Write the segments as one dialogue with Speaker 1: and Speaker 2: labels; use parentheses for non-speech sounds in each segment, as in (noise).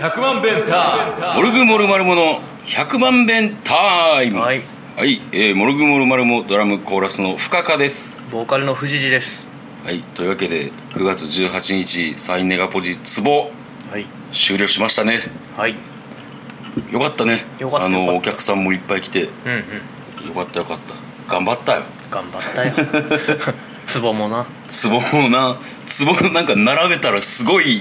Speaker 1: 100万弁タイムモルグモルマルモの100万弁タイム
Speaker 2: はい、
Speaker 1: はいえーモルグモルマルモドラムコーラスの深川です
Speaker 2: ボーカルの藤次です。
Speaker 1: はいというわけで9月18日サインネガポジツボ
Speaker 2: はい、
Speaker 1: 終了しましたね
Speaker 2: はい、
Speaker 1: よかったね
Speaker 2: よかった
Speaker 1: あ
Speaker 2: よかっ
Speaker 1: の
Speaker 2: た
Speaker 1: お客さんもいっぱい来てよ
Speaker 2: うんうん、
Speaker 1: かったよかった頑張ったよ
Speaker 2: 頑張ったよ。 (laughs) ツボもな、
Speaker 1: ツボもなツボなんか並べたらすごい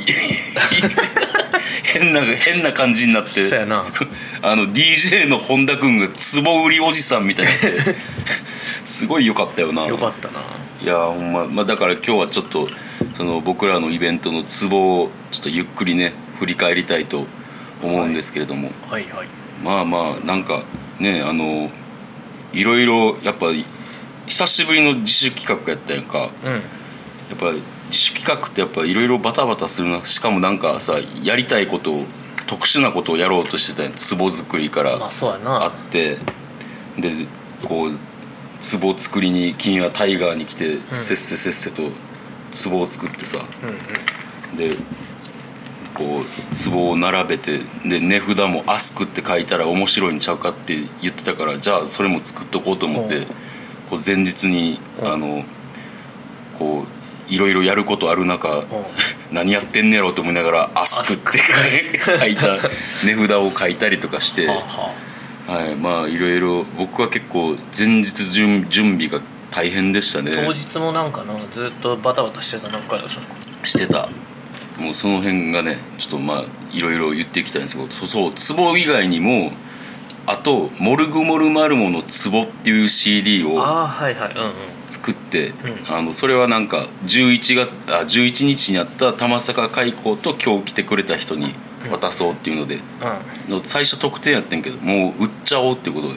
Speaker 1: 変な変な感じになって
Speaker 2: そうやな。
Speaker 1: あの DJ の本田君が壺売りおじさんみたいになってすごい良かったよな
Speaker 2: よかったな。
Speaker 1: いやーほんま、まあ、だから今日はちょっとその僕らのイベントの壺をちょっとゆっくりね振り返りたいと思うんですけれども、
Speaker 2: はいはい。
Speaker 1: まあまあなんかねあのいろいろやっぱ久しぶりの自主企画やったやんか
Speaker 2: うん、
Speaker 1: やっぱ自主企画ってやっぱいろいろバタバタするなしかもなんかさやりたいことを特殊なことをやろうとしてたやん壺作りから。
Speaker 2: まあそうや
Speaker 1: あ
Speaker 2: な
Speaker 1: っ。てでこう壺作りに君はタイガーに来て、せっせせっせと壺を作ってさ
Speaker 2: うんうん、
Speaker 1: でこう壺を並べてで値札も「アスク」って書いたら面白いんちゃうかって言ってたからじゃあそれも作っとこうと思って、
Speaker 2: うん
Speaker 1: こう前日に、
Speaker 2: うん
Speaker 1: あのこういろいろやることある中、何やってんねやろうと思いながら「アスク」って書いた値札を書いたりとかして。
Speaker 2: (laughs) はあは
Speaker 1: はいまあいろいろ僕は結構前日準準備が大変でしたね
Speaker 2: あ、当日もなんかな、ずっとバタバタしてたなんかさ。
Speaker 1: してたもうその辺がねちょっとまあいろいろ言っていきたいんですけどそうそうツボ以外にもあと「モルグモルマルモのツボ」っていう CD を
Speaker 2: ああはいはい、うんうん、
Speaker 1: 作って
Speaker 2: う
Speaker 1: あのそれはなんか11月あ11日にあった玉坂開港と今日来てくれた人に渡そうっていうので
Speaker 2: う
Speaker 1: の最初特典やってんけどもう売っちゃおうってこと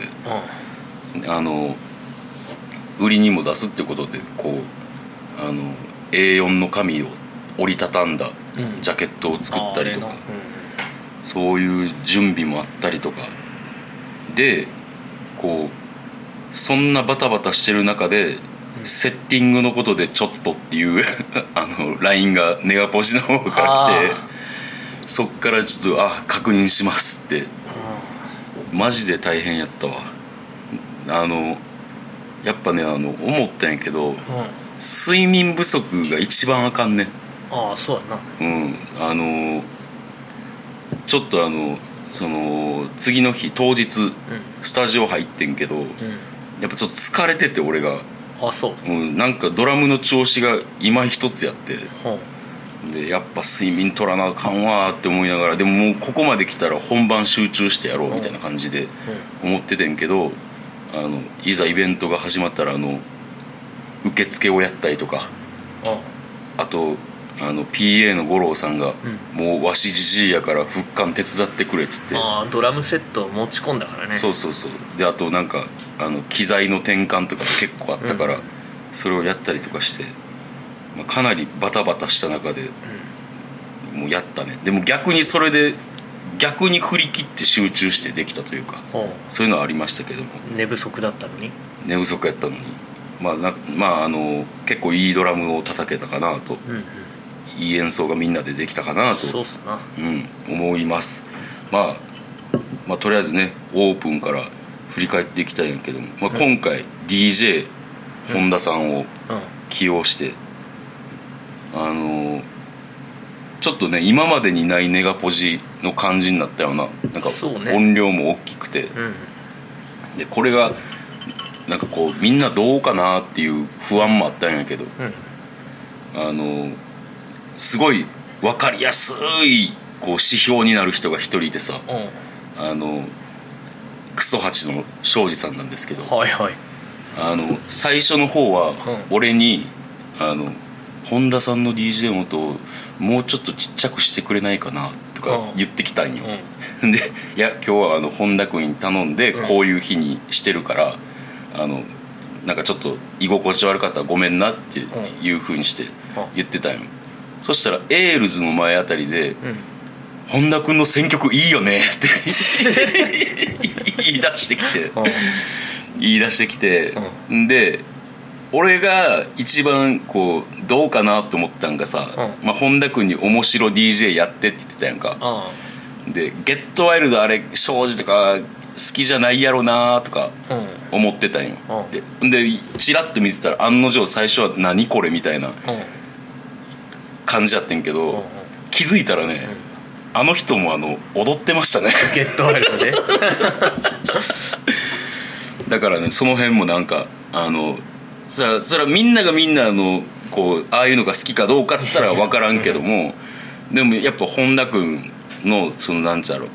Speaker 1: で。
Speaker 2: ん、うん、
Speaker 1: あの売りにも出すってことでこうあの A4 の紙を折りたたんだ
Speaker 2: うん
Speaker 1: ジャケットを作ったりとか、
Speaker 2: あれな
Speaker 1: そういう準備もあったりとかでこうそんなバタバタしてる中で、セッティングのことでちょっとっていう (laughs) あの LINE がネガポジの方から来て
Speaker 2: あ
Speaker 1: そっからちょっとあ確認しますってマジで大変やったわあのやっぱねあの思ったんやけど
Speaker 2: うん、うん、
Speaker 1: 睡眠不足が一番あかんね
Speaker 2: ああそうやな、
Speaker 1: うんあのちょっとあのその次の日当日スタジオ入ってんけど
Speaker 2: うん、うん、
Speaker 1: やっぱちょっと疲れてて俺が、
Speaker 2: ああそう、
Speaker 1: うん、なんかドラムの調子が今一つやって
Speaker 2: ほう
Speaker 1: でやっぱ睡眠取らなあかんわーって思いながらでももうここまで来たら本番集中してやろうみたいな感じで。思っててんけどあのいざイベントが始まったらあの受付をやったりとか
Speaker 2: うん、うん、
Speaker 1: あとあの PA の五郎さんが「もうわしじじいやから復刊手伝ってくれ」っつって、
Speaker 2: ああドラムセットを持ち込んだからね
Speaker 1: そうそうそうであとなんかあの機材の転換とかも結構あったから、
Speaker 2: うん
Speaker 1: それをやったりとかして、まあ、かなりバタバタした中でもうやったねでも逆にそれで逆に振り切って集中してできたというか
Speaker 2: ほ
Speaker 1: そういうのはありましたけども
Speaker 2: う寝不足だったのに
Speaker 1: 寝不足やったのにまあなまああの結構いいドラムを叩けたかなと
Speaker 2: うんうん
Speaker 1: いい演奏がみんなでできたかな
Speaker 2: そう
Speaker 1: と
Speaker 2: っすな
Speaker 1: う、ん、思います、まあ、まあとりあえずねオープンから振り返っていきたいんやけども、まあ、今回 DJ 本田さんを
Speaker 2: う
Speaker 1: 起用して、あのちょっとね今までにないネガポジの感じになったようななんか
Speaker 2: そうね
Speaker 1: 音量も大きくて、
Speaker 2: んうん
Speaker 1: でこれがなんかこうみんなどうかなっていう不安もあったんやけど
Speaker 2: うん
Speaker 1: あのすごい分かりやすいこう指標になる人が一人いてさ
Speaker 2: うん
Speaker 1: あのクソハチの庄司さんなんですけど
Speaker 2: はいはい
Speaker 1: あの最初の方は
Speaker 2: うん
Speaker 1: 俺に「あの本田さんの DJ の音もうちょっとちっちゃくしてくれないかな」とか
Speaker 2: うん
Speaker 1: 言ってきたんよ。
Speaker 2: うん
Speaker 1: で「いや今日はあの本田君に頼んで
Speaker 2: うん
Speaker 1: こういう日にしてるから、あのなんかちょっと居心地悪かったらごめんな」っていうふうにして言ってたんよ、そしたらエールズの前あたりで
Speaker 2: うん
Speaker 1: 「本田君の選曲いいよね」って言い出してきて
Speaker 2: うん
Speaker 1: 言い出してきて、で俺が一番こうどうかなと思ったんがさ、
Speaker 2: う
Speaker 1: まあ、本田君に「面白 DJ やって」って言ってたやんか
Speaker 2: あ
Speaker 1: で「ゲットワイルドあれ庄司とか好きじゃないやろな」とか
Speaker 2: あうん
Speaker 1: 思ってたんよ
Speaker 2: う
Speaker 1: ででチラッと見てたら案の定最初は「何これ」みたいな
Speaker 2: うん
Speaker 1: 感じやってんけ
Speaker 2: うんうん
Speaker 1: ど気づいたらねあの人もあの踊ってましたね
Speaker 2: ゲットワイルドで
Speaker 1: だからねその辺もなんかあのさそれはみんながみんなあのこうああいうのが好きかどうかっつったら分からんけどもでもやっぱ本田君のそのなんちゃろ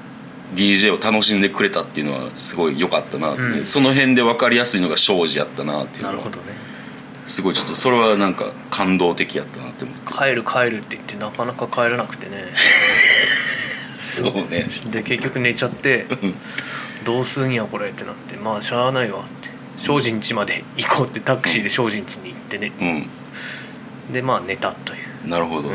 Speaker 1: DJ を楽しんでくれたっていうのはすごい良かったなって、
Speaker 2: うん
Speaker 1: その辺で分かりやすいのが庄司やったなっていう
Speaker 2: (laughs) なる
Speaker 1: の
Speaker 2: ほ
Speaker 1: は
Speaker 2: どね
Speaker 1: すごいちょっとそれはなんか感動的やったなって思って
Speaker 2: 帰る帰るって言ってなかなか帰らなくてね
Speaker 1: そうね
Speaker 2: で結局寝ちゃって
Speaker 1: ん
Speaker 2: どうすんやこれってなってまあしゃあないわって精進地まで行こうってタクシーで精進地に行ってね
Speaker 1: う
Speaker 2: でまあ寝たというん
Speaker 1: なるほど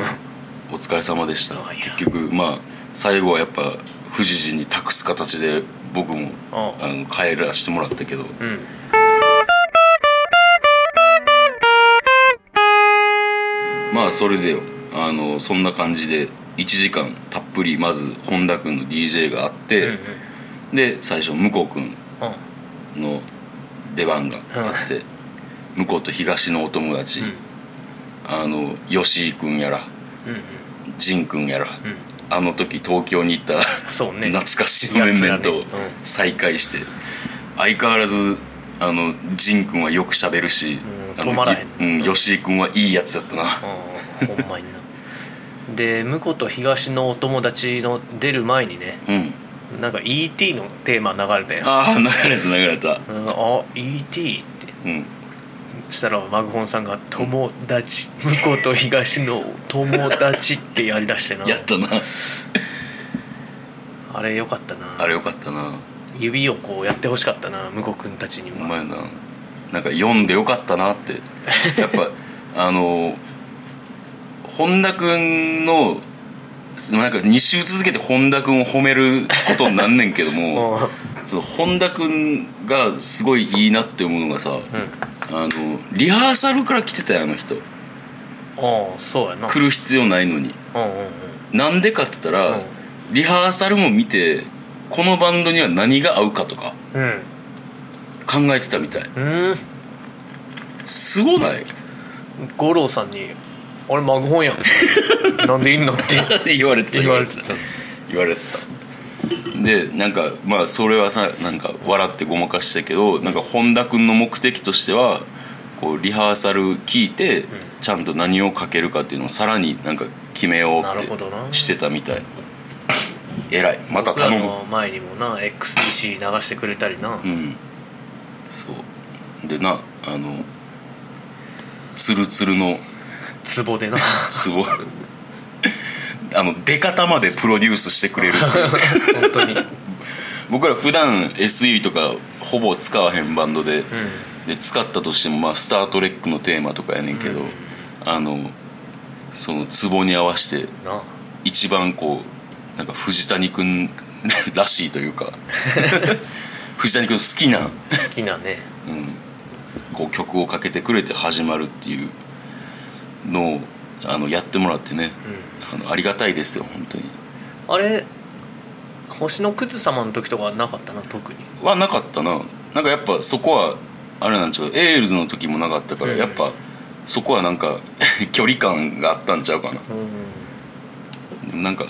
Speaker 1: お疲れ様でした
Speaker 2: あいや
Speaker 1: 結局まあ最後はやっぱ富士人に託す形で僕も
Speaker 2: ああ
Speaker 1: あの帰らせてもらったけど
Speaker 2: うん
Speaker 1: まあそれでよあのそんな感じで1時間たっぷりまず本田君の DJ があっ
Speaker 2: うんうん
Speaker 1: て、で最初向こう君
Speaker 2: あ
Speaker 1: の出番があって、向こうと東のお友達、
Speaker 2: うん
Speaker 1: あの吉井君やら
Speaker 2: うん
Speaker 1: 仁君やら、
Speaker 2: うん
Speaker 1: あの時東京に行った
Speaker 2: そうね
Speaker 1: 懐かしい面々と
Speaker 2: やつらね
Speaker 1: 再会して相変わらずあの仁君はよく喋るし、
Speaker 2: うん
Speaker 1: あの
Speaker 2: 止まらへん
Speaker 1: いうん、
Speaker 2: うん
Speaker 1: 吉井君はいいやつだったな、
Speaker 2: うんほんまになで向こうと東のお友達の出る前にね
Speaker 1: うん、
Speaker 2: なんか E.T. のテーマ流れたよ
Speaker 1: ああ流れた流れた、
Speaker 2: うんあ E.T. って
Speaker 1: うん、
Speaker 2: したらマグホンさんが「友達」向こうと東の「友達」ってやりだしてな
Speaker 1: やったな
Speaker 2: あれよかったな
Speaker 1: あれよかったな
Speaker 2: 指をこうやってほしかったな向こう君たちに
Speaker 1: お
Speaker 2: は
Speaker 1: 前ななんか読んでよかったなってやっ
Speaker 2: (laughs)
Speaker 1: ぱあの本田君のなんか2週続けて本田君を褒めることになんねんけど
Speaker 2: (laughs) う
Speaker 1: も
Speaker 2: んうん
Speaker 1: その本田君がすごいいいなって思うのがさ、あのリハーサルから来てたよあの人
Speaker 2: ああそうやな
Speaker 1: 来る必要ないのに
Speaker 2: うんうんうん
Speaker 1: なんでかって言ったら、
Speaker 2: うん
Speaker 1: リハーサルも見てこのバンドには何が合うかとか
Speaker 2: うん
Speaker 1: 考えてたみたい
Speaker 2: うん
Speaker 1: すごない
Speaker 2: 五郎さんに「あれマグホンやん」 (laughs) なんでいんの?」っ
Speaker 1: (laughs)
Speaker 2: て
Speaker 1: 言われてた
Speaker 2: 言われてた
Speaker 1: 言われてたでなんかまあそれはさなんか笑ってごまかしたけどなんか本田君の目的としてはこうリハーサル聞いてちゃんと何をかけるかっていうのをさらになんか決めよう
Speaker 2: なるほ
Speaker 1: っ
Speaker 2: どな
Speaker 1: てしてたみたい偉いまた
Speaker 2: 僕ら
Speaker 1: 頼む
Speaker 2: の前にもな XTC 流してくれたりな、
Speaker 1: うんそうでなあのツルツルの
Speaker 2: ツボ
Speaker 1: (laughs)
Speaker 2: でな
Speaker 1: すごいあの出方までプロデュースしてくれるっていう
Speaker 2: 本当にうん
Speaker 1: 僕ら普段 SE とかほぼ使わへんバンドで,、で使ったとしても、まあ「スター・トレック」のテーマとかやねんけど、
Speaker 2: うん
Speaker 1: あのそのツボに合わせて
Speaker 2: なあ
Speaker 1: 一番こうなんか藤谷君 (laughs) らしいという
Speaker 2: (laughs)
Speaker 1: か藤谷君好きな
Speaker 2: 好きなね
Speaker 1: うん、こう曲をかけてくれて始まるっていうのをあのやってもらってね
Speaker 2: うん
Speaker 1: あのありがたいですよ本当に
Speaker 2: あれ星の靴様の時とかはなかったな特に
Speaker 1: はなかったななんかやっぱそこはあれなんちゃうエールズの時もなかったから、
Speaker 2: うん
Speaker 1: やっぱそこはなんか (laughs) 距離感があったんちゃうかな
Speaker 2: うん
Speaker 1: なんか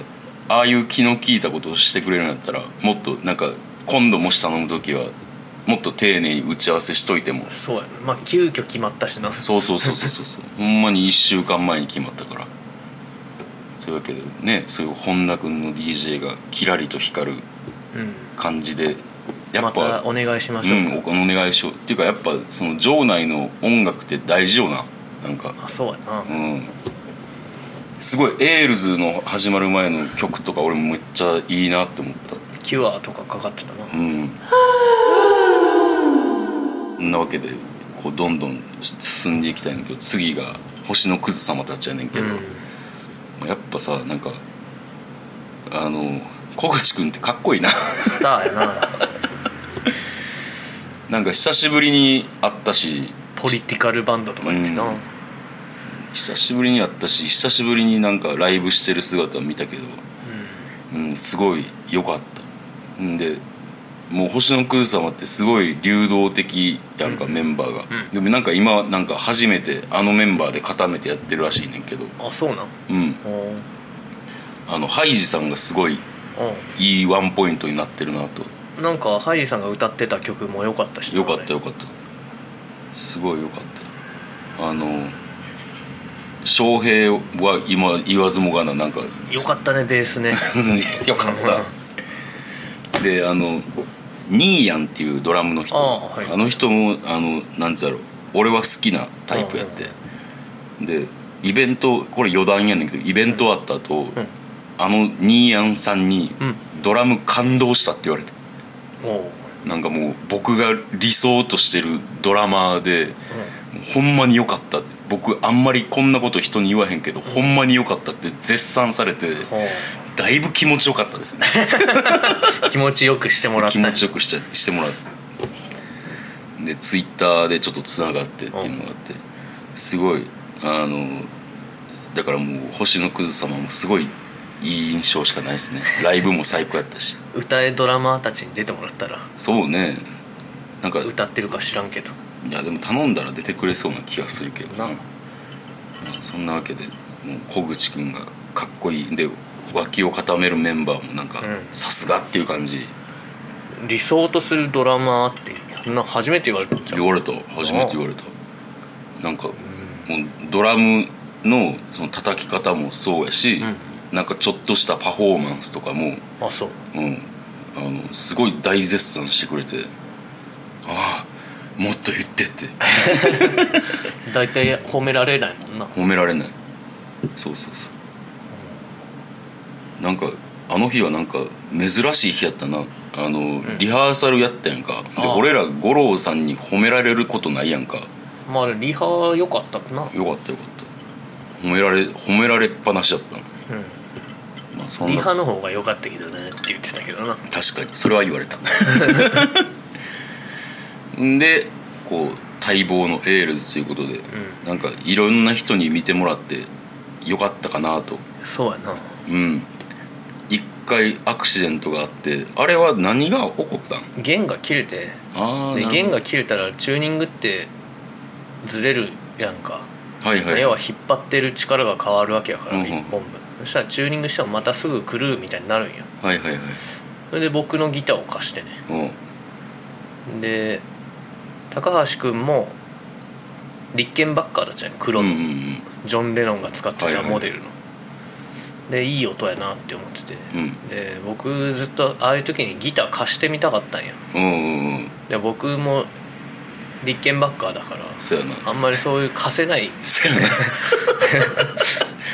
Speaker 1: ああいう気の利いたことをしてくれるんだったらもっとなんか今度もし頼む時はもっと丁寧に打ち合わせしといても
Speaker 2: そうやなまあ急遽決まったしな
Speaker 1: そうそうそうそうそう
Speaker 2: (laughs)
Speaker 1: そうほんまに1週間前に決まったからというわけでねそういう本田君の DJ がキラリと光る
Speaker 2: うん
Speaker 1: 感じでや
Speaker 2: ま
Speaker 1: っぱ
Speaker 2: た、お願いしま
Speaker 1: う
Speaker 2: しょう、
Speaker 1: ん、おお願いしようっていうかやっぱその場内の音楽って大事よななんか
Speaker 2: あそうやな
Speaker 1: うんすごいエールズの始まる前の曲とか俺もめっちゃいいなって思った
Speaker 2: キュアとかかかってたな
Speaker 1: うんそんなわけでこうどんどん進んでいきたいんだけど次が星のクズ様たちやねんけど、
Speaker 2: うん
Speaker 1: やっぱさなんかあの小口君ってかっこいいな (laughs)
Speaker 2: スターやな
Speaker 1: なんか久しぶりに会ったし
Speaker 2: ポリティカルバンドとか言ってな、
Speaker 1: うん久しぶりに会ったし久しぶりになんかライブしてる姿見たけど、うん、すごい良かったんでもう星野クズ様ってすごい流動的やんか、メンバーが、
Speaker 2: うん
Speaker 1: でもなんか今なんか初めてあのメンバーで固めてやってるらしいねんけど、
Speaker 2: うんあそうなん
Speaker 1: うん、
Speaker 2: おー
Speaker 1: あのハイジさんがすごい
Speaker 2: お
Speaker 1: いいワンポイントになってるなと
Speaker 2: ーなんかハイジさんが歌ってた曲も良かったしな
Speaker 1: よかった
Speaker 2: あ
Speaker 1: よかったすごいよかったあの翔平は今言わずもがななんか
Speaker 2: れよかったねベースね
Speaker 1: (laughs) よかったであのニーヤンっていうドラムの人
Speaker 2: ああはい
Speaker 1: の人もあのなんつうやろ俺は好きなタイプやってでイベントこれ余談やねんけどイベントあった後、
Speaker 2: ん
Speaker 1: あのニーヤンさんに
Speaker 2: うん
Speaker 1: ドラム感動したって言われて
Speaker 2: おおー、うん、
Speaker 1: なんかもう僕が理想としてるドラマーでほんまに良かったって僕あんまりこんなこと人に言わへんけどほんまに良かったって絶賛されて
Speaker 2: お
Speaker 1: だいぶ気持ちよかったですね
Speaker 2: ー気持ちよくしてもらった
Speaker 1: 気持ちよくしちゃしてもらってでツイッターでちょっとつながってっていうのがあってすごいあのだからもう星野くず様もすごいいい印象しかないですねライブも最高やったし
Speaker 2: 歌えドラマーたちに出てもらったら
Speaker 1: そうねなんかい
Speaker 2: 歌ってるか知らんけど
Speaker 1: やでも頼んだら出てくれそうな気がするけどな、
Speaker 2: な
Speaker 1: まあそんなわけでもう小口くんがかっこいいで脇を固めるメンバーもなんか
Speaker 2: うん
Speaker 1: さすがっていう感じ
Speaker 2: 理想とするドラマーってそんな初めて言われたんじゃん
Speaker 1: 言われた初めて言われたなんかもうドラムのその叩き方もそうやし、なんかちょっとしたパフォーマンスとかも、
Speaker 2: あそう
Speaker 1: うん、あのすごい大絶賛してくれてああもっと言ってって
Speaker 2: 大体褒められないもんな
Speaker 1: 褒められないそうそうそうなんかあの日はなんか珍しい日やったなあの、リハーサルやったやんかで
Speaker 2: ああ
Speaker 1: 俺ら五郎さんに褒められることないやんか
Speaker 2: まあリハ良かったかな、
Speaker 1: よかったよかった褒められ褒められっぱなしだったのまあ、そんな
Speaker 2: リハの方が良かったけどねって言ってたけどな
Speaker 1: 確かにそれは言われた (laughs) んでこう待望のエールズということで、なんかいろんな人に見てもらってよかったかなと
Speaker 2: そうやな
Speaker 1: うん一回アクシデントがあってあれは何が起こったん
Speaker 2: 弦が切れて
Speaker 1: ああ
Speaker 2: で弦が切れたらチューニングってずれるやんか、
Speaker 1: はいはい
Speaker 2: 要は引っ張ってる力が変わるわけやから、
Speaker 1: うんうん
Speaker 2: 1本分そしたらチューニングしてもまたすぐ狂うみたいになるんや
Speaker 1: はいはいはい
Speaker 2: それで僕のギターを貸してね
Speaker 1: うん
Speaker 2: で高橋君もリッケンバッカーだったじゃん黒
Speaker 1: うんう
Speaker 2: の、
Speaker 1: ん
Speaker 2: ジョン・レノンが使って
Speaker 1: はいは
Speaker 2: た
Speaker 1: い
Speaker 2: モデルの、でいい音やなって思ってて、
Speaker 1: うん
Speaker 2: で僕ずっとああいう時にギター貸してみたかったんや
Speaker 1: うんうんうん
Speaker 2: で僕もリッケンバッカーだから
Speaker 1: そう
Speaker 2: (laughs)
Speaker 1: やな
Speaker 2: あんまりそういう貸せない
Speaker 1: そうやな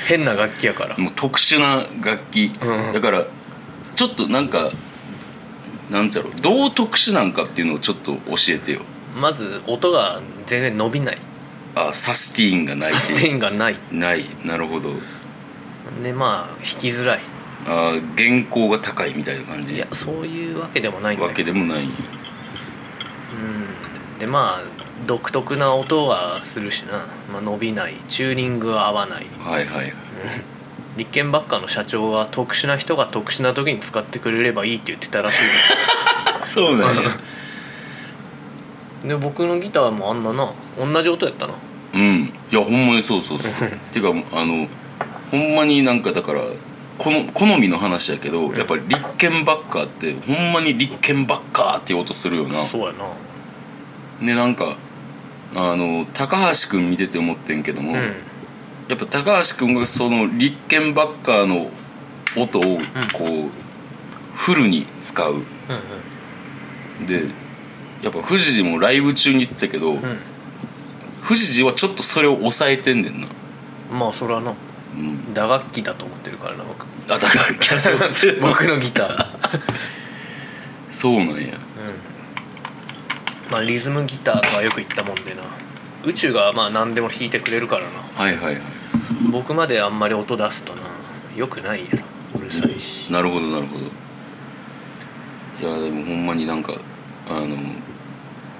Speaker 2: 変な楽器やから
Speaker 1: もう特殊な楽器、
Speaker 2: うん
Speaker 1: だからちょっとなんかなんつうやろどう特殊なんかっていうのをちょっと教えてよ
Speaker 2: まず音が全然伸びない
Speaker 1: あサスティーンがない
Speaker 2: サステインがない
Speaker 1: ないなるほど
Speaker 2: でまあ弾きづらい
Speaker 1: あ原稿が高いみたいな感じ
Speaker 2: いやそういうわけでもないんだ
Speaker 1: わ
Speaker 2: け
Speaker 1: け
Speaker 2: ど
Speaker 1: でもない
Speaker 2: うんでまあ独特な音はするしな、まあ、伸びないチューニングは合わない
Speaker 1: はいはいはい
Speaker 2: リッケンバッカーの社長は特殊な人が特殊な時に使ってくれればいいって言ってたらし
Speaker 1: そうなんや
Speaker 2: いで僕のギターもあんなな同じ音やったな
Speaker 1: うんいやほんまにそうそうそう
Speaker 2: (laughs)
Speaker 1: ていうかあのほんまになんかだからこの好みの話やけどやっぱり立憲バッカーってほんまに立憲バッカーっていう音するよな
Speaker 2: そうやな
Speaker 1: でなんかあの高橋君見てて思ってんけども、
Speaker 2: うん
Speaker 1: やっぱ高橋君がその立憲バッカーの音をこう、フルに使うでやっぱ富士寺もライブ中に言ってたけど、
Speaker 2: うんうん
Speaker 1: 富士寺はちょっとそれを抑えてんねんな、
Speaker 2: うんまあそれはな
Speaker 1: うん、
Speaker 2: 打楽器だと思ってるからな僕 (laughs)
Speaker 1: あだからキャラって
Speaker 2: 僕のギター、 (laughs)
Speaker 1: そうなんや
Speaker 2: うん、まあリズムギターとはよく言ったもんでな宇宙がまあ何でも弾いてくれるからな
Speaker 1: はいはいはい
Speaker 2: 僕まであんまり音出すとなよくないやろうるさいし
Speaker 1: なるほどなるほどいやでもほんまになんかあの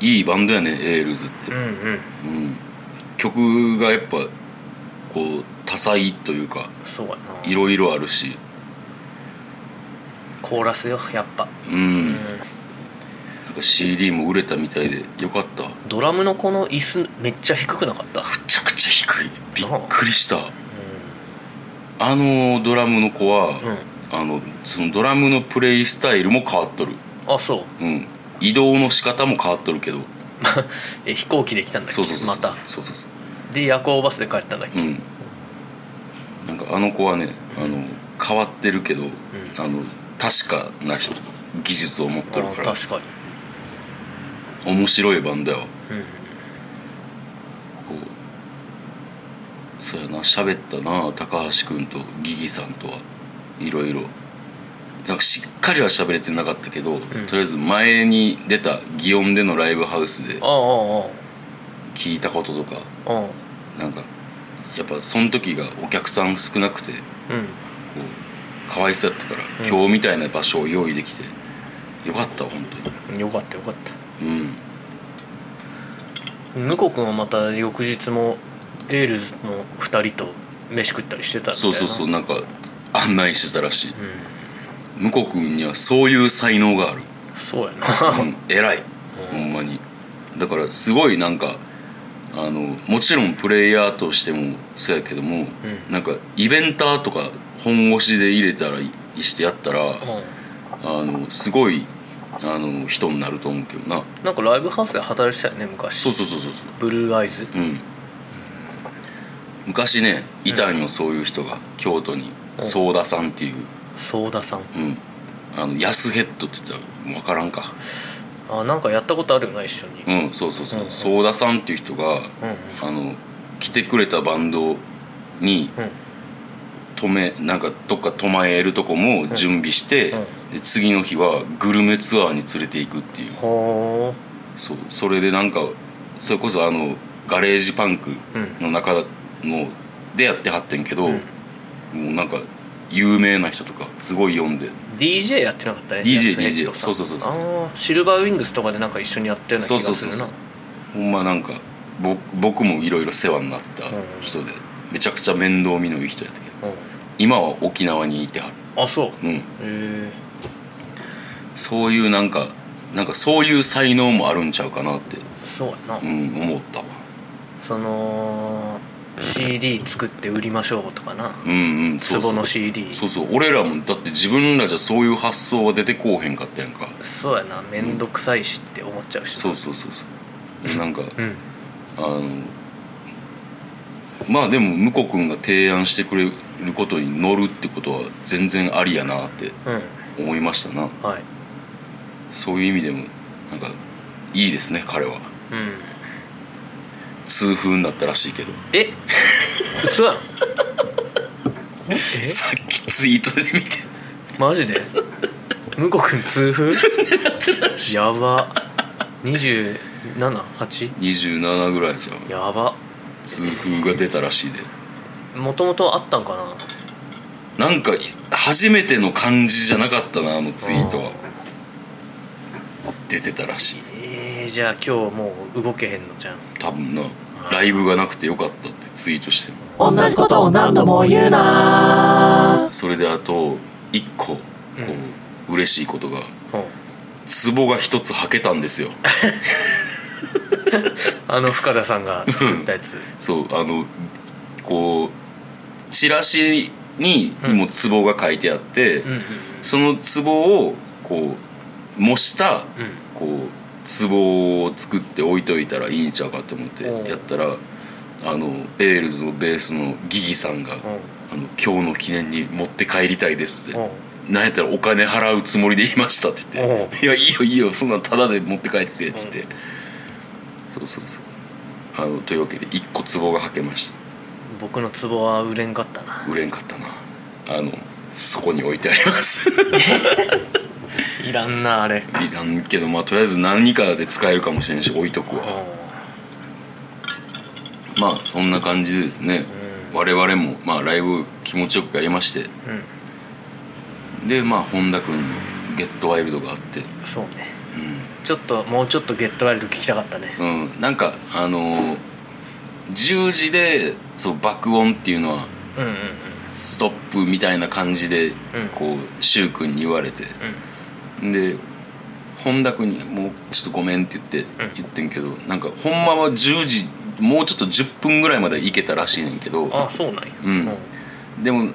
Speaker 1: いいバンドやねエールズって
Speaker 2: うんうん
Speaker 1: うん、曲がやっぱこう多彩というか
Speaker 2: そうやない
Speaker 1: ろいろあるし
Speaker 2: コーラスよやっぱ、
Speaker 1: うん、
Speaker 2: うん
Speaker 1: なんか CD も売れたみたいでよかっため
Speaker 2: ドラムのこの椅子めっちゃ低くなかった、
Speaker 1: ちゃくちゃ低いびっくりした
Speaker 2: う
Speaker 1: あのドラムの子は、
Speaker 2: んうん、
Speaker 1: あのそのドラムのプレイスタイルも変わっとる、
Speaker 2: あそう
Speaker 1: うん、移動の仕方も変わっとるけど
Speaker 2: え飛行機で来たんだっけ
Speaker 1: そうそうそうそう
Speaker 2: また
Speaker 1: そうそうそ
Speaker 2: で夜行バスで帰ったんだっけ、
Speaker 1: ううんなんかあの子はねあの変わってるけど、あの確かな人技術を持っとる
Speaker 2: あ
Speaker 1: から
Speaker 2: 確かに、
Speaker 1: 面白いバンドよ
Speaker 2: うん、
Speaker 1: こうそうやな喋ったな高橋君とギギさんとはいろいろなんかしっかりは喋れてなかったけど、とりあえず前に出た祇園でのライブハウスで
Speaker 2: ああ
Speaker 1: 聞いたこととか
Speaker 2: ああああ
Speaker 1: なんかやっぱその時がお客さん少なくてこ
Speaker 2: うん
Speaker 1: うかわいそうやったから、
Speaker 2: うん
Speaker 1: 今日みたいな場所を用意できてよかった本
Speaker 2: うんよかったよかっ
Speaker 1: 当にうん
Speaker 2: た向こう君はまた翌日もエールズの2人と飯食ったりしてたんだよな
Speaker 1: そうそうそううなんか案内してたらしい
Speaker 2: ん
Speaker 1: 向こう君にはそういう才能がある
Speaker 2: そうやな、
Speaker 1: うん偉い
Speaker 2: うん
Speaker 1: ほんまにだからすごいなんかあのもちろんプレイヤーとしてもそうやけども、
Speaker 2: うん
Speaker 1: なんかイベンターとか本腰で入れたらいしてやったら、
Speaker 2: う、
Speaker 1: あのすごいあの人になると思うけどなん
Speaker 2: なんかライブハウスで働いてたよね昔
Speaker 1: そうそうそうそうそう
Speaker 2: ブルーアイズ
Speaker 1: うん昔ね伊丹のそういう人が、京都に
Speaker 2: お
Speaker 1: 相田さんっていう、
Speaker 2: ソーダさん
Speaker 1: うん、あの安ヘッドって言ったら分からんか
Speaker 2: あなんかやったことあるよな一緒にうん
Speaker 1: うんそうそうそう、
Speaker 2: うんうん
Speaker 1: 相田さんっていう人が
Speaker 2: うん
Speaker 1: あの来てくれたバンドに
Speaker 2: うん
Speaker 1: 止めなんかどっか泊まえるとこも準備して、
Speaker 2: うん
Speaker 1: で次の日はグルメツアーに連れていくっていう
Speaker 2: ほ
Speaker 1: そうそれでなんかそれこそあのガレージパンク
Speaker 2: ーう
Speaker 1: の
Speaker 2: ん
Speaker 1: 中のでやってはってんけど、
Speaker 2: うん
Speaker 1: もうなんか有名な人とかすごい読んで
Speaker 2: DJ やってなかったね
Speaker 1: DJ
Speaker 2: ヤスヘッドさん
Speaker 1: そうそうそうそう
Speaker 2: あーシルバーウィングスとかでなんか一緒にやったような気がするな
Speaker 1: そうそうそうそうほんまなんかぼ僕もいろいろ世話になった人で、めちゃくちゃ面倒見のいい人やったけど今は沖縄にいてはる
Speaker 2: うんあそうへ
Speaker 1: うん
Speaker 2: え
Speaker 1: そういうなんかなんかそういう才能もあるんちゃうかなって、
Speaker 2: そうやな、
Speaker 1: うん、思ったわ
Speaker 2: その CD 作って売りましょうとかな
Speaker 1: うんうんそうそ
Speaker 2: 壺
Speaker 1: う
Speaker 2: の CD
Speaker 1: そうそう俺らもだって自分らじゃそういう発想は出てこうへんかったやんか
Speaker 2: そうやな面倒くさいしって思っちゃうしな
Speaker 1: そうそうそうそうなんか
Speaker 2: うん
Speaker 1: あのまあでも向こう君が提案してくれることに乗るってことは全然ありやなって
Speaker 2: うん
Speaker 1: 思いましたな
Speaker 2: はい
Speaker 1: そういう意味でもなんかいいですね彼は
Speaker 2: うん
Speaker 1: 痛風になったらしいけど
Speaker 2: え
Speaker 1: (laughs)
Speaker 2: 嘘やんえ
Speaker 1: さっきツイートで見て
Speaker 2: マジで向こう君痛 (laughs) 風やば278
Speaker 1: 27ぐらいじゃん
Speaker 2: やば
Speaker 1: 痛風が出たらしいで
Speaker 2: もともとあったんかな
Speaker 1: なんかい初めての感じじゃなかったなあのツイートは出てたらしい
Speaker 2: えー、じゃあ今日もう動けへんのじゃん
Speaker 1: 多分なライブがなくてよかったってツイートしてる
Speaker 3: 同じことを何度も言うな
Speaker 1: それであと一個こう嬉しいことが
Speaker 2: うん
Speaker 1: ツボが一つはけたんですよ
Speaker 2: あの深田さんが作ったやつ
Speaker 1: そうあのこうチラシにもうツボが書いてあって、
Speaker 2: うんうん
Speaker 1: そのツボをこう模したこう壺を作って置いといたらいいんちゃうかと思って
Speaker 2: おう
Speaker 1: やったらあのエールズのベースのギギさんが「
Speaker 2: うん
Speaker 1: あの今日の記念に持って帰りたいです」っ
Speaker 2: うん
Speaker 1: て「なんやったらお金払うつもりでいました」って言って「いやいいよいいよそんなんタダで持って帰って」っつってそうそうそうあのというわけで一個壺がはけまし
Speaker 2: 僕のツボは売れんかったな
Speaker 1: た売れんかったなあのそこに置いてあります (laughs)
Speaker 2: いらんなあれ
Speaker 1: いらんけどまあとりあえず何かで使えるかもしれんし置いとくわ
Speaker 2: う
Speaker 1: まあそんな感じでですね、
Speaker 2: うん
Speaker 1: 我々もまあライブ気持ちよくやりまして
Speaker 2: んうん
Speaker 1: でまあ本田君の「ゲットワイルド」があって
Speaker 2: そうねちょっともうちょっとゲットワイルド聞きたかったね
Speaker 1: うん、うん、なんかあのー10時でそう爆音っていうのは
Speaker 2: うんうんうん
Speaker 1: ストップみたいな感じで
Speaker 2: うん
Speaker 1: こう柊君に言われてで本田君に「もうちょっとごめん」って言って
Speaker 2: うん
Speaker 1: 言ってんけどなんかほんまは10時もうちょっと10分ぐらいまで行けたらしいねんけど
Speaker 2: ああそうなんや
Speaker 1: うんでも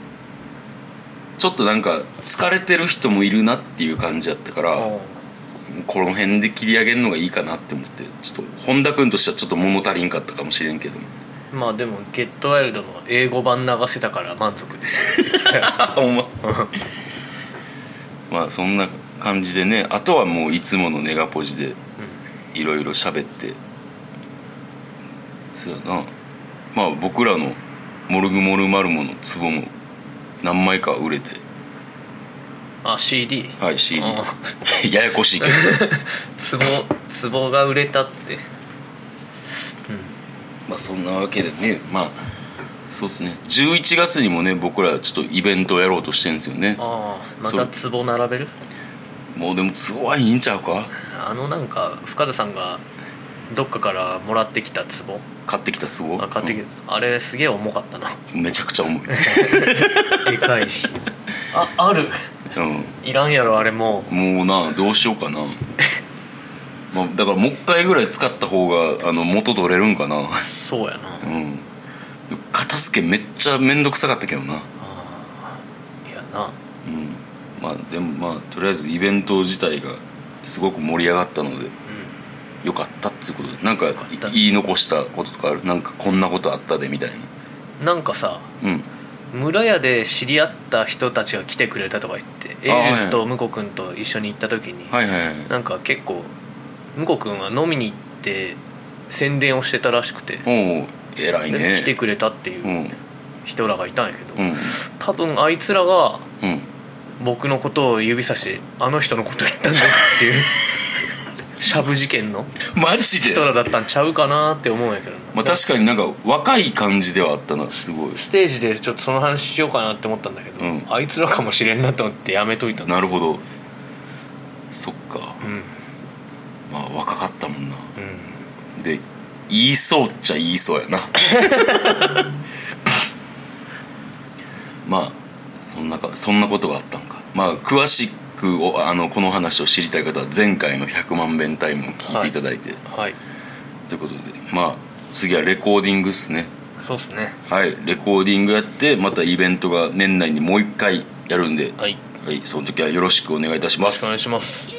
Speaker 1: ちょっとなんか疲れてる人もいるなっていう感じやったから
Speaker 2: ああ
Speaker 1: この辺で切り上げるのがいいかなって思ってちょっと本田君としてはちょっと物足りんかったかもしれんけど
Speaker 2: まあでも「ゲットワイルド」の英語版流せたから満足 (laughs) です実際
Speaker 1: あほんま (laughs) まあそんな感じでねあとはもういつものネガポジでいろいろ喋ってそうやなまあ僕らの「モルグモルマルモ」の壺も何枚か売れて
Speaker 2: あ CD
Speaker 1: はい CD
Speaker 2: あ
Speaker 1: (laughs) ややこしいけど
Speaker 2: ツボツボが売れたって
Speaker 1: まあそんなわけでねまあそうですね11月にもね僕らちょっとイベントをやろうとしてるんですよね
Speaker 2: ああま
Speaker 1: そ
Speaker 2: た
Speaker 1: う
Speaker 2: ツボ並べる
Speaker 1: もうでも都合はいいんちゃうか
Speaker 2: あのなんか深田さんがどっかからもらってきたツボ
Speaker 1: 買ってきた都合
Speaker 2: あ買ってきた、あれすげえ重かったな
Speaker 1: うんめちゃくちゃ重い、
Speaker 2: (laughs) でかいしあある
Speaker 1: う、
Speaker 2: いらんやろあれもうん
Speaker 1: もうなどうしよう
Speaker 2: (laughs)
Speaker 1: かなまあだからもう一回ぐらい使った方があの元取れるんかな
Speaker 2: そうやな
Speaker 1: うん片付けめっちゃ面倒くさかったけどな
Speaker 2: あーいやな
Speaker 1: うんまあでもまあとりあえずイベント自体がすごく盛り上がったので
Speaker 2: う
Speaker 1: よかったっつうことでなんか
Speaker 2: かった
Speaker 1: 言い残したこととかあるなんかこんなことあったでみたい
Speaker 2: んなんかさ
Speaker 1: なうん
Speaker 2: 村屋で知り合った人たちが来てくれたとか言って
Speaker 1: あはい
Speaker 2: エースとムコ君と一緒に行った時に、
Speaker 1: はいはいはい
Speaker 2: なんか結構ムコ君は飲みに行って宣伝をしてたらしくて、
Speaker 1: おう偉い
Speaker 2: で
Speaker 1: ね
Speaker 2: 来てくれたっていううん人らがいたんやけど、
Speaker 1: うん
Speaker 2: 多分あいつらが
Speaker 1: うん
Speaker 2: 僕のことを指さしてあの人のこと言ったんですっていう
Speaker 1: (laughs)
Speaker 2: シャブ事件の
Speaker 1: マジで
Speaker 2: 人らだったんちゃうかなって思うんやけどな、
Speaker 1: まあ確かになんか若い感じではあったなすごい
Speaker 2: ステージでちょっとその話しようかなって思ったんだけど、
Speaker 1: うん
Speaker 2: あいつらかもしれんなと思ってやめといたんだ
Speaker 1: なるほどそっか
Speaker 2: うんうん
Speaker 1: まあ若かったもんなで言いそうっちゃ言いそうやな (laughs) まあそんなかそんなことがあったのかまあ詳しくおあのこの話を知りたい方は前回の「100万遍タイム」を聞いていただいて、
Speaker 2: はい
Speaker 1: ということでまあ次はレコーディングっすね
Speaker 2: そうっすね
Speaker 1: はいレコーディングやってまたイベントが年内にもう一回やるんで、
Speaker 2: はいよ
Speaker 1: はい、その時はよろしくお願いいたしま
Speaker 2: ろしくお
Speaker 1: す
Speaker 2: 願いします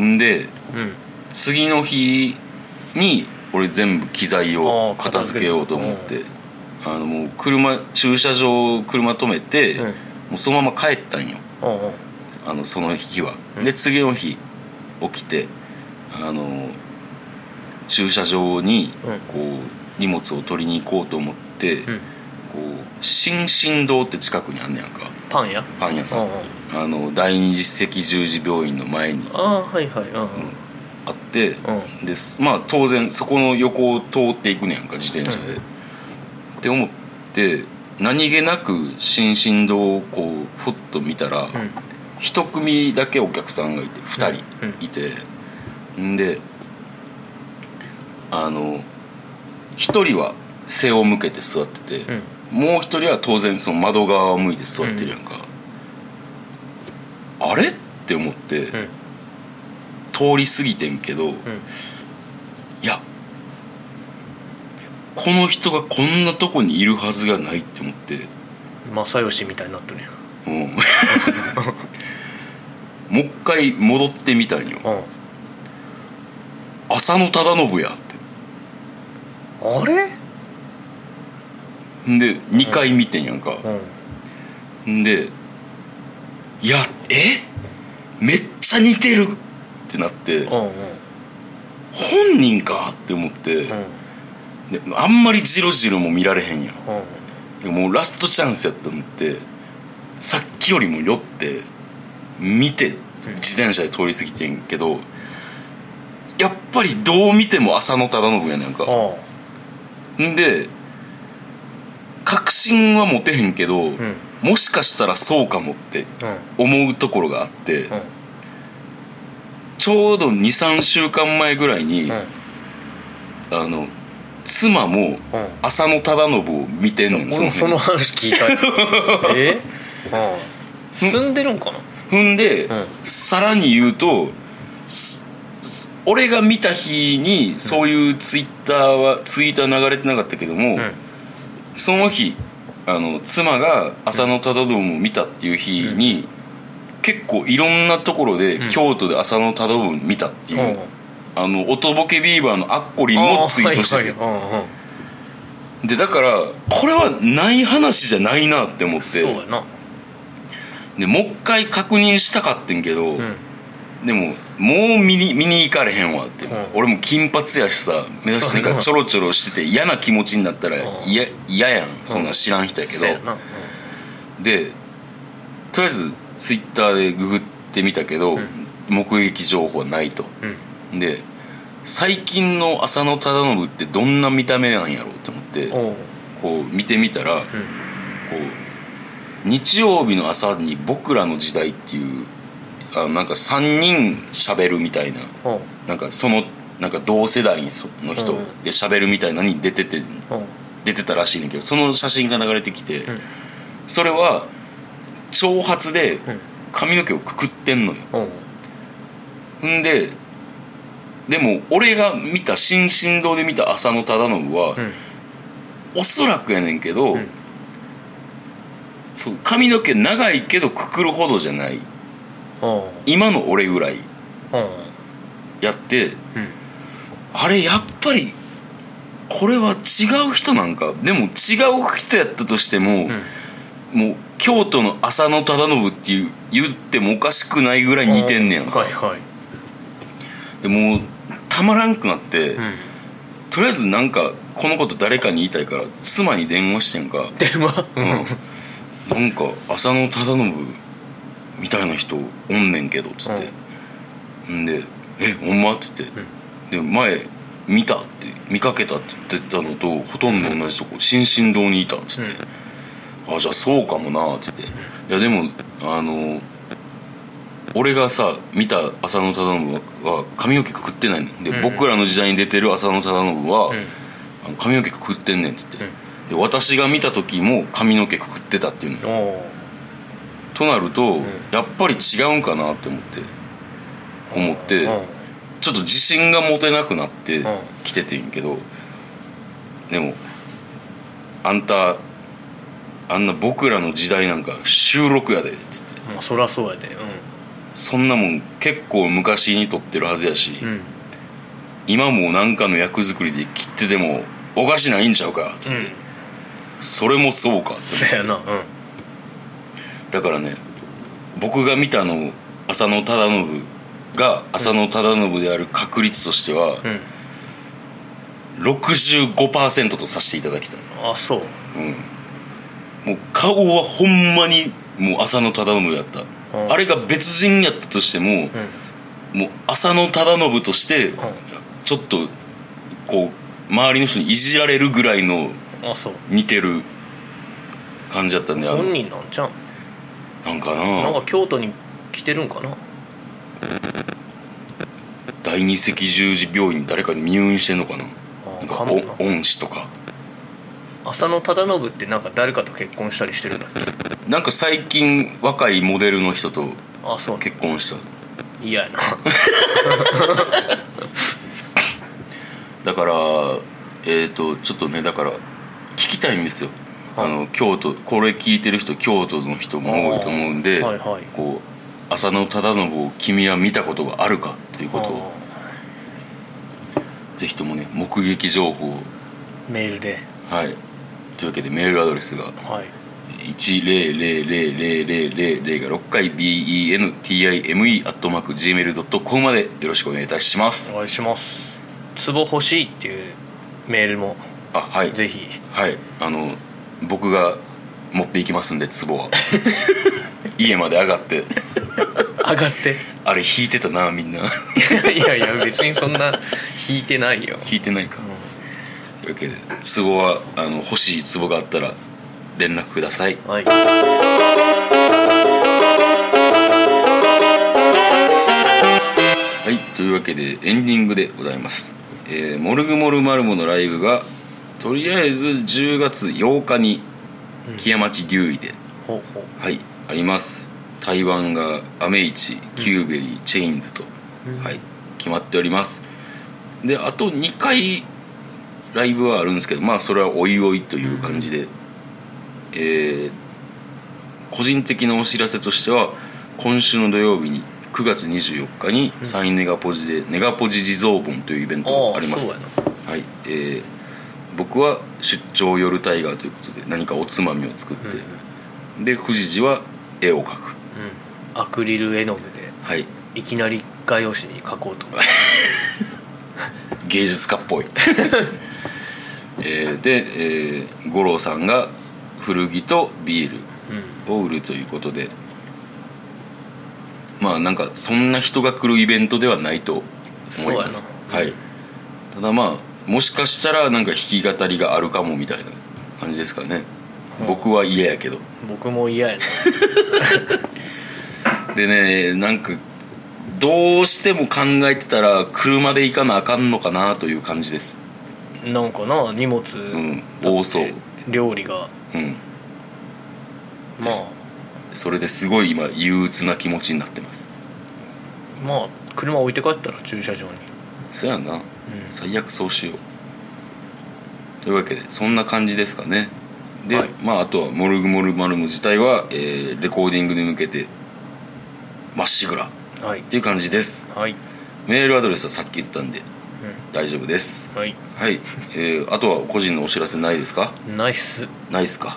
Speaker 1: んで
Speaker 2: うん
Speaker 1: 次の日に俺全部機材を
Speaker 2: あー
Speaker 1: 片付けようと思ってあのもう車駐車場車止めて、
Speaker 2: うん
Speaker 1: もうそのまま帰ったんよ
Speaker 2: おうおう
Speaker 1: あのその日は、
Speaker 2: うん
Speaker 1: で次の日起きてあの駐車場に
Speaker 2: うん
Speaker 1: こう荷物を取りに行こうと思って、
Speaker 2: う
Speaker 1: こ
Speaker 2: ん
Speaker 1: う新進堂って近くにあんねやんか
Speaker 2: パン屋
Speaker 1: パン屋さん
Speaker 2: おうおう
Speaker 1: あの第二次赤十字病院の前に
Speaker 2: ああはいはいうん
Speaker 1: あって、
Speaker 2: うん
Speaker 1: ですまあ当然そこの横を通っていくねやんか自転車で。って思って何気なく新進堂をこうふっと見たら、
Speaker 2: うん
Speaker 1: 一組だけお客さんがいて2人
Speaker 2: うん
Speaker 1: いて、んであの1人は背を向けて座ってて、
Speaker 2: うん
Speaker 1: もう1人は当然その窓側を向いて座ってるやんか、あれって思って、
Speaker 2: うん
Speaker 1: 通り過ぎてんけど、
Speaker 2: うん
Speaker 1: いやこの人がこんなとこにいるはずがないって思って、
Speaker 2: 正義みたいになっとるやん
Speaker 1: うん
Speaker 2: (laughs)
Speaker 1: もう一回戻ってみたんよ
Speaker 2: うん
Speaker 1: 浅野忠信やっ
Speaker 2: あれ
Speaker 1: てんで2回見てんやんか、
Speaker 2: うん
Speaker 1: ん、で「いやえめっちゃ似てる!」ってなって
Speaker 2: うんうん
Speaker 1: 本人かって思って、
Speaker 2: うん
Speaker 1: であんまりジロジロも見られへんやん
Speaker 2: うん
Speaker 1: でもうラストチャンスやと思ってさっきよりも酔って見て自転車で通り過ぎてんけどやっぱりどう見ても浅野忠信やねんか
Speaker 2: あ
Speaker 1: んで確信は持てへんけど、
Speaker 2: うんうん
Speaker 1: もしかしたらそうかもって思うところがあって、
Speaker 2: うん
Speaker 1: ちょうど23週間前ぐらいに、
Speaker 2: うん
Speaker 1: あの妻も
Speaker 2: うん
Speaker 1: 浅野忠信を見てんねん
Speaker 2: 俺もその
Speaker 1: 辺
Speaker 2: 話聞いた (laughs) よえうん住んでるんかな
Speaker 1: ほんで、
Speaker 2: うん
Speaker 1: さらに言うとすす俺が見た日にそういうツイッターは、ツイートは流れてなかったけども、
Speaker 2: うん
Speaker 1: その日あの妻が浅野忠信を見たっていう日に、結構いろんなところで、
Speaker 2: うん
Speaker 1: 京都で浅野忠信見たっていう、
Speaker 2: うん
Speaker 1: あの音ボケビーバーのアッコリンもツイートして
Speaker 2: あ
Speaker 1: る、
Speaker 2: ーはいはいうんうん
Speaker 1: でだからこれはない話じゃないなって思っ
Speaker 2: そうや
Speaker 1: て
Speaker 2: な
Speaker 1: でもう一回確認したかってんけど、
Speaker 2: うん
Speaker 1: でももう見に見に行かれへんわって、
Speaker 2: うん
Speaker 1: 俺も金髪やしさ目指してなんかちょろちょろしてて嫌な気持ちになったら
Speaker 2: うん
Speaker 1: 嫌、嫌やんそんなん知らん人やけど
Speaker 2: そう、やなうん
Speaker 1: でとりあえずツイッターでググってみたけど、
Speaker 2: うん
Speaker 1: 目撃情報はないと
Speaker 2: うん
Speaker 1: で最近の浅野忠信ってどんな見た目なんやろうと思って
Speaker 2: おう
Speaker 1: こう見てみたらこ
Speaker 2: うん
Speaker 1: う日曜日の朝に「僕らの時代」っていうあなんか3人喋るみたいな
Speaker 2: おう
Speaker 1: なんかそのなんか同世代の人
Speaker 2: うん
Speaker 1: で喋るみたいなのに出てて
Speaker 2: おう
Speaker 1: 出てたらしいねんだけどその写真が流れてきて、
Speaker 2: ん
Speaker 1: それは長髪で
Speaker 2: うん
Speaker 1: 髪の毛をくくってんのよ
Speaker 2: おうん
Speaker 1: ででも俺が見た新進堂で見た浅野忠信は、
Speaker 2: うん
Speaker 1: おそらくやねんけど、
Speaker 2: うん
Speaker 1: そう髪の毛長いけどくくるほどじゃない
Speaker 2: おう
Speaker 1: 今の俺ぐらい
Speaker 2: おう
Speaker 1: やって
Speaker 2: うん
Speaker 1: あれやっぱりこれは違う人なんかでも違う人やったとしても、
Speaker 2: うん
Speaker 1: もう京都の浅野忠信っていう言ってもおかしくないぐらい似てんねやんか、
Speaker 2: はいはい
Speaker 1: でもうたまらんくなって、
Speaker 2: うん
Speaker 1: とりあえずなんかこのこと誰かに言いたいから妻に電話してんか、
Speaker 2: 電話
Speaker 1: うん、なんか浅野忠信みたいな人おんねんけどっつって、ん、で「えほんま?」っつって、で前見たって見かけたって言ってたのとほとんど同じとこ新進堂にいたっつって、あじゃあそうかもなっつって、いやでもあの俺がさ見た浅野忠信は髪の毛くくってないねんで、
Speaker 2: うん
Speaker 1: 僕らの時代に出てる浅野忠信は、
Speaker 2: うん
Speaker 1: あの髪の毛くくってんねんっつって、
Speaker 2: うん
Speaker 1: で私が見た時も髪の毛くくってたっていうのよ
Speaker 2: おう
Speaker 1: となると、
Speaker 2: ん
Speaker 1: やっぱり違うんかなって思って思って、
Speaker 2: うん
Speaker 1: ちょっと自信が持てなくなって
Speaker 2: うん
Speaker 1: きててんけど、でもあんたあんな僕らの時代なんか収録やでっつって
Speaker 2: まあそりゃそうやで
Speaker 1: そんなもん結構昔に撮ってるはずやし、
Speaker 2: うんうん
Speaker 1: 今もなんかの役作りで切っててもおかしないんちゃうかっつって、それもそうかって
Speaker 2: そやなうん
Speaker 1: だからね僕が見たの浅野忠信が浅野忠信である確率としては
Speaker 2: うん
Speaker 1: 65%とさせていただきたい、
Speaker 2: あそう
Speaker 1: うん、もう顔はほんまにもう浅野忠信やった、
Speaker 2: うん
Speaker 1: あれが別人やったとしても、
Speaker 2: うん
Speaker 1: もう浅野忠信として
Speaker 2: ん
Speaker 1: ちょっとこう周りの人にいじられるぐらいの
Speaker 2: あそう
Speaker 1: 似てる感じだったんであの
Speaker 2: 本人なんじゃん
Speaker 1: なんか
Speaker 2: なん
Speaker 1: な
Speaker 2: か京都に来てるんかな
Speaker 1: 第二赤十字病院に誰かに入院してんのかな
Speaker 2: あ
Speaker 1: なん
Speaker 2: ー
Speaker 1: か
Speaker 2: か
Speaker 1: お
Speaker 2: もな
Speaker 1: 恩師とか
Speaker 2: 浅野忠信ってなんか誰かと結婚したりしてるんだっけ
Speaker 1: なんか最近若いモデルの人と
Speaker 2: あそう
Speaker 1: 結婚した (laughs)
Speaker 2: 嫌やな
Speaker 1: だからえっ、とちょっとねだから聞きたいんですよあの京都これ聞いてる人京都の人も多いと思うんで、
Speaker 2: はいはい
Speaker 1: こう浅野忠信を君は見たことがあるかということをぜひともね目撃情報を
Speaker 2: あーメールで
Speaker 1: はいというわけでメールアドレスが
Speaker 2: はい
Speaker 1: 1000000が6回 bentime.gmail.com までよろしくお願いいたします
Speaker 2: お願いしますツボ欲しいっていうメールも
Speaker 1: あはい
Speaker 2: ぜひ
Speaker 1: はいあの僕が持っていきますんで壺
Speaker 2: (laughs)
Speaker 1: は家まで上がって
Speaker 2: 上がって (laughs)
Speaker 1: あれ引いてたなみんな
Speaker 2: いやいや別にそんな引いてないよ
Speaker 1: 引いてないか、というわけで壺はあの欲しい壺があったら連絡ください
Speaker 2: はい
Speaker 1: はいというわけでエンディングでございます、えーモルグモルマルモのライブがとりあえず10月8日に木屋町留意で、
Speaker 2: ほうほう
Speaker 1: はいあります台湾がアメイチキューベリー、チェインズと、
Speaker 2: うん
Speaker 1: はい決まっておりますであと2回ライブはあるんですけどまあそれはおいおいという感じで、えー個人的なお知らせとしては今週の土曜日に9月24日に
Speaker 2: うん
Speaker 1: サインネガポジでネガポジ地蔵盆というイベントがあります
Speaker 2: ああ
Speaker 1: はいえー僕は出張夜タイガーということで何かおつまみを作っ
Speaker 2: そうやな
Speaker 1: て、で富士寺は絵を描く
Speaker 2: うん、うん、アクリルエノムで
Speaker 1: はい
Speaker 2: いきなり画用紙に書こうと
Speaker 1: 芸術家っぽい (laughs) えーで、えー五郎さんが古着とビー
Speaker 2: うん
Speaker 1: ルを売るということでまあなんかそんな人が来るイベントではないと思
Speaker 2: そう
Speaker 1: い
Speaker 2: やな
Speaker 1: ますはいただまあもしかしたらなんか弾き語りがあるかもみたいな感じですかね
Speaker 2: うん
Speaker 1: 僕は嫌やけど
Speaker 2: 僕も嫌やな
Speaker 1: でねなんかどうしても考えてたら車で行かなあかんのかなという感じです
Speaker 2: なんかな荷物、
Speaker 1: ん多そう
Speaker 2: 料理が
Speaker 1: うん
Speaker 2: ま
Speaker 1: です
Speaker 2: あ
Speaker 1: それですごい今憂鬱な気持ちになってます
Speaker 2: まあ車置いて帰ったら駐車場に、
Speaker 1: そやな
Speaker 2: うん
Speaker 1: 最悪そうしようというわけでそんな感じですかねで、
Speaker 2: はい
Speaker 1: まああとは「モルグモルマルム」自体は、えーレコーディングに向けてまっしぐらっ
Speaker 2: はい
Speaker 1: ていう感じです
Speaker 2: はい、
Speaker 1: メールアドレスはさっき言ったんで大丈夫です
Speaker 2: うん、はい (laughs)
Speaker 1: はい、えーあとは個人のお知らせないですか
Speaker 2: ナイス
Speaker 1: ないっすか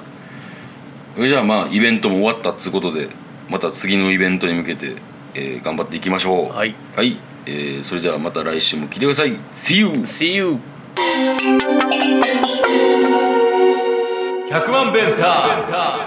Speaker 1: それじゃあまあイベントも終わったっつうことでまた次のイベントに向けて、えー頑張っていきましょう
Speaker 2: はい、
Speaker 1: はいえーそれじゃあまた来週も聞いてください See you!
Speaker 2: See you
Speaker 4: 100万ベンター